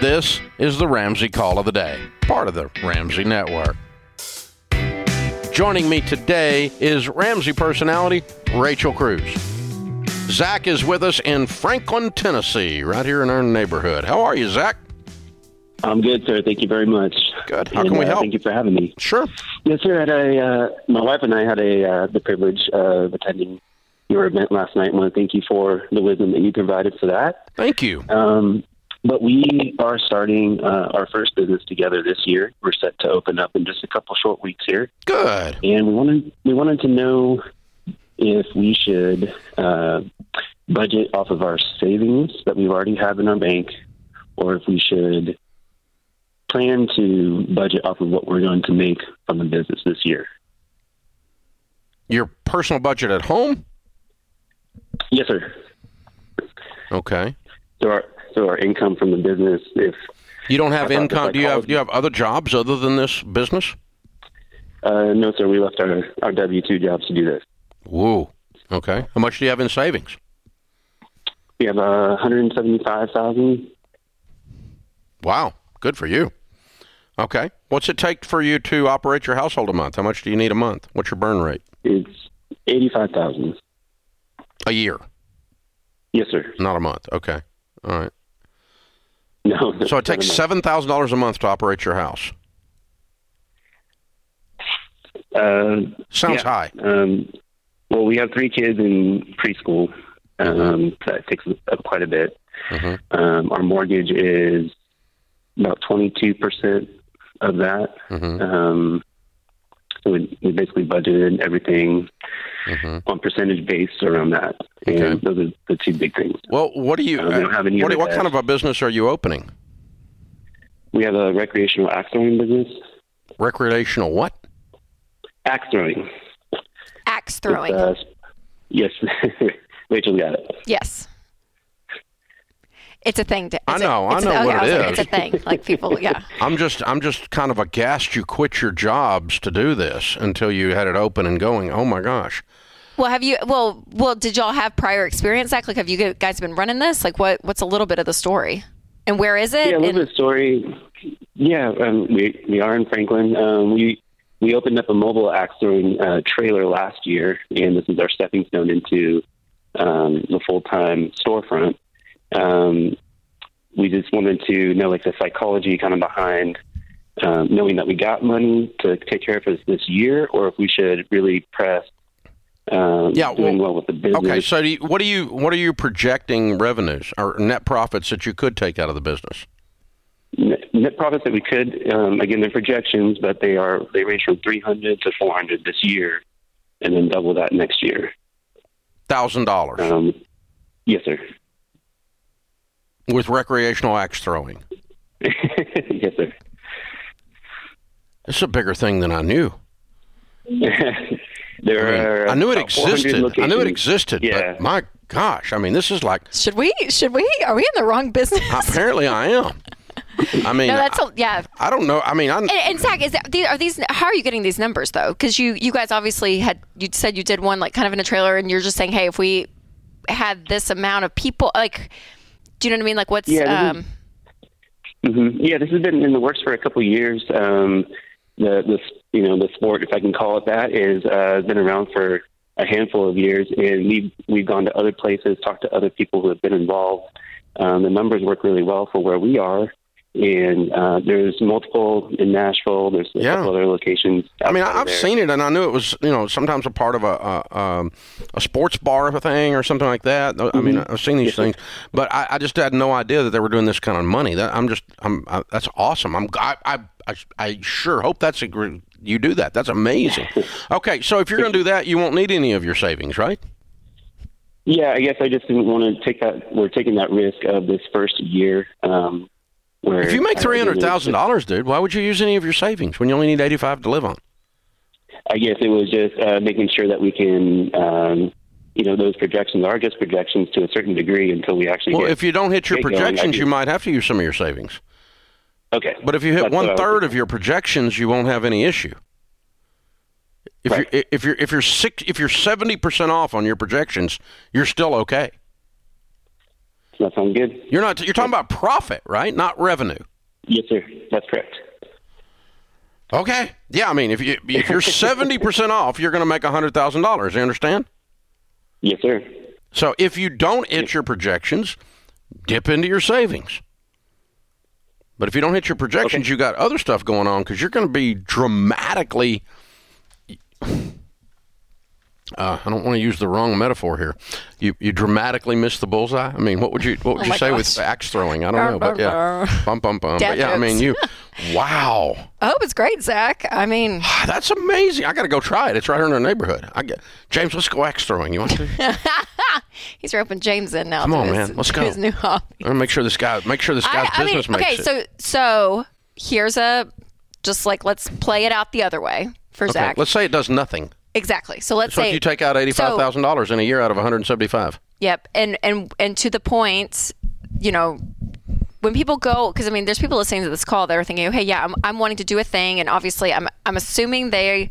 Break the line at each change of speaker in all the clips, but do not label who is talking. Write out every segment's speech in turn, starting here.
This is the Ramsey Call of the Day, part of the Ramsey Network. Joining me today is Ramsey personality Rachel Cruz. Zach is with us in Franklin, Tennessee, right here in our neighborhood. How are you, Zach?
I'm good, sir. Thank you very much.
Good. How
And,
can we
uh,
help?
Thank you for having me.
Sure.
Yes, sir. I Had a uh, my wife and I had a uh, the privilege of attending your event last night. I want to thank you for the wisdom that you provided for that.
Thank you.
Um, but we are starting uh, our first business together this year. We're set to open up in just a couple short weeks here,
Good.
and we wanted we wanted to know if we should uh, budget off of our savings that we've already have in our bank, or if we should plan to budget off of what we're going to make from the business this year.
Your personal budget at home?
Yes, sir.
Okay.
So our so our income from the business, if
You don't have
I thought
income.
the
Do you have
psychology-
do you have other jobs other than this business?
uh, no, sir, we left our our W two jobs to do this.
Whoa. Okay. How much do you have in savings?
We have uh, one hundred seventy five thousand.
Wow. Good for you. Okay. What's it take for you to operate your household a month? How much do you need a month? What's your burn rate?
It's eighty five thousand.
A year,
Yes, sir.
not a month. Okay. All right.
No.
So it
not a
takes
month.
seven thousand dollars a month to operate your house.
Uh,
Sounds
Yeah.
high.
Um, well, we have three kids in preschool. Um, so That takes up quite a bit.
Mhm.
Um, our mortgage is about 22% of that.
Mhm.
Um, so we, we basically budgeted everything
Mhm.
on percentage based around that.
Okay.
And those are the two big things.
Well, what do you?
Uh, we don't have any
what, do-
other
what kind
debts.
of a business are you opening?
We have a recreational axe throwing business.
Recreational what?
Axe throwing.
Axe throwing.
Uh, yes, Rachel got it.
yes. It's a thing. To,
I
it's
know,
A,
I
it's
know
a, okay,
what
I
it
was like,
is.
It's a thing. Like people, yeah.
I'm just I'm just kind of aghast you quit your jobs to do this until you had it open and going. Oh my gosh.
Well, have you? Well, well, did y'all have prior experience, Zach? Like, have you guys been running this? Like, what? What's a little bit of the story, and where is it?
Yeah, a little
And-
bit of story. Yeah, um, we we are in Franklin. Um, we we opened up a mobile axe throwing uh, trailer last year, and this is our stepping stone into um, the full time storefront. Um, we just wanted to know like the psychology kind of behind um, knowing that we got money to take care of us this year, or if we should really press. Um,
Yeah,
doing
well-
well with the business.
Okay, so do you, what do you what are you projecting revenues or net profits that you could take out of the business?
net net profits that we could. Um, again, they're projections, but they are they range from 300 to 400 this year, and then double that next year.
Thousand dollars
Um, yes, sir.
with recreational axe throwing.
yes, sir.
It's a bigger thing than I knew.
there
I, mean,
are.
I knew it
about 400
existed. I knew it
locations.
existed.
Yeah.
But my gosh, I mean, this is like
should we? Should we? Are we in the wrong business?
apparently I am. I mean,
no, that's
I
a, yeah.
I don't know. I mean, I,
And, and Zach, is that, these, are these? How are you getting these numbers though? Because you you guys obviously had you said you did one like kind of in a trailer, and you're just saying, hey, if we had this amount of people, like, do you know what I mean? Like, what's
Yeah, this
um,
Mhm. Yeah, this has been in the works for a couple of years. Um, the the you know the sport, if I can call it that, is uh, been around for a handful of years, and we've we've gone to other places, talked to other people who have been involved. Um, the numbers work really well for where we are, and uh, there's multiple in Nashville. There's a
Yeah.
couple other locations.
I mean, I-
outside of
I've
there.
seen it, and I knew it was you know sometimes a part of a a, um, a sports bar of a thing or something like that. I mean, I've seen these things, but I, I just had no idea that they were doing this kind of money. That I'm just, I'm, I, that's awesome. I'm, I, I, I, I sure hope that's a, gr- you do that. That's amazing. Okay, so if you're going to do that, you won't need any of your savings, right?
Yeah, I guess I just didn't want to take that. We're taking that risk of this first year. Um, where
If you make
I-
three hundred thousand dollars, dude, why would you use any of your savings when you only need eighty five to live on?
I guess it was just uh, making sure that we can, um, you know, those projections are just projections to a certain degree until we actually
Well,
get.
if you don't hit your
Get going, I
projections,
do.
you might have to use some of your savings.
okay,
But if you hit
That's what I
one
was
third of your projections, you won't have any issue. If
Right.
you're if you're if you're six if you're seventy percent off on your projections, you're still okay.
That sounds good.
You're not. You're talking about profit, right? Not revenue.
Yes, sir. That's correct.
Okay. Yeah. I mean, if you if you're seventy percent off, you're going to make hundred thousand dollars. You understand?
Yes, sir.
So if you don't hit your projections, dip into your savings. But if you don't hit your projections, you got other stuff going on because you're going to be dramatically. Uh, I don't want to use the wrong metaphor here. You you dramatically miss the bullseye. I mean, what would you what would
Oh
you
my
say
gosh.
with axe throwing? I don't know, but yeah, bum bum bum.
Dad
But yeah, I mean,
jokes.
you. Wow. Ah,
I hope it's great, Zach. I mean,
That's amazing. I got to go try it. It's right here in our neighborhood. I get, James, let's go axe throwing. You want to? I'm
he's roping James in now. Come
on,
his,
man. Let's
to
go.
His new hobby.
gonna make sure this guy. Make sure this guy's
I, I mean,
business makes
okay,
it.
so so here's a just like let's play it out the other way for
Okay,
Zach.
Let's say it does nothing.
Exactly. So let's
So
say
if you take out eighty-five thousand dollars in a year out of one hundred seventy-five.
Yep, and and and to the point, you know, when people go, because I mean, there's people listening to this call that are thinking, "Hey, yeah, I'm I'm wanting to do a thing," and obviously, I'm I'm assuming they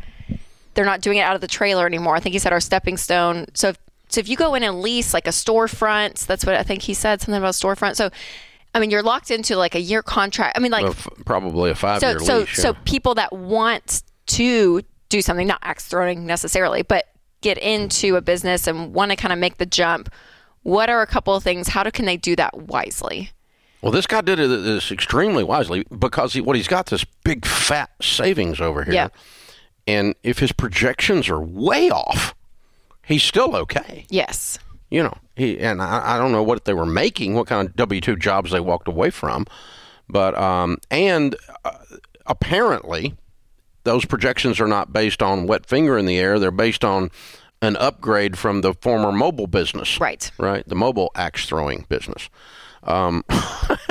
they're not doing it out of the trailer anymore. I think he said our stepping stone. So if, so if you go in and lease like a storefront, that's what I think he said something about storefront. So I mean, you're locked into like a year contract. I mean, like
F- probably a
so
five-year
so
lease.
so people that want to do something not axe throwing necessarily but get into a business and want to kind of make the jump what are a couple of things how do, can they do that wisely
Well, this guy did it this extremely wisely because he, what he's got this big fat savings over here,
Yeah.
and if his projections are way off, he's still okay.
yes
You know, he and I, I don't know what they were making, what kind of W two jobs they walked away from, but um, and uh, apparently those projections are not based on wet finger in the air; they're based on an upgrade from the former mobile business,
right
right? The mobile axe throwing business. Um,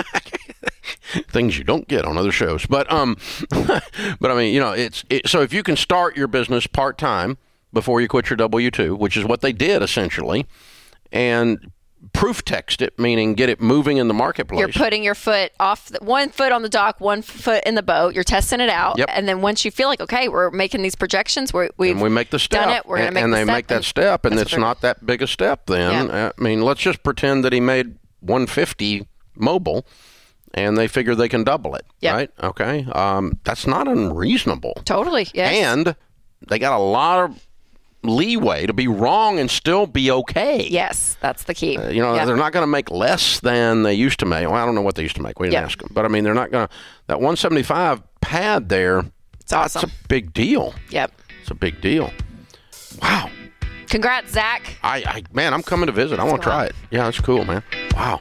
things you don't get on other shows, but um, but I mean, you know, it's it, so if you can start your business part time before you quit your W two, which is what they did essentially, and proof text it, meaning get it moving in the marketplace.
you're putting your foot off the, one foot on the dock one foot in the boat you're testing it out
Yep.
and then once you feel like okay we're making these projections we're, we've
and we make the step,
done it we're going to
and,
make
and
the
they
step
make that step, and
that's
it's
what we're-
not that big a step. Then I mean, let's just pretend that he made 150 mobile, and they figure they can double it,
Yep.
right? Okay, um, that's not unreasonable,
totally yes
and they got a lot of leeway to be wrong and still be okay.
yes that's the key
Uh, You know,
Yeah.
they're not going to make less than they used to make. Well, I don't know what they used to make. We didn't
Yeah.
ask them, but I mean, they're not going to that 175 pad there.
it's awesome
It's a big deal.
yep
It's a big deal. Wow.
congrats zach
I, I man, I'm coming to visit. I want to
go
try
out.
it. Yeah, that's cool, man. Wow.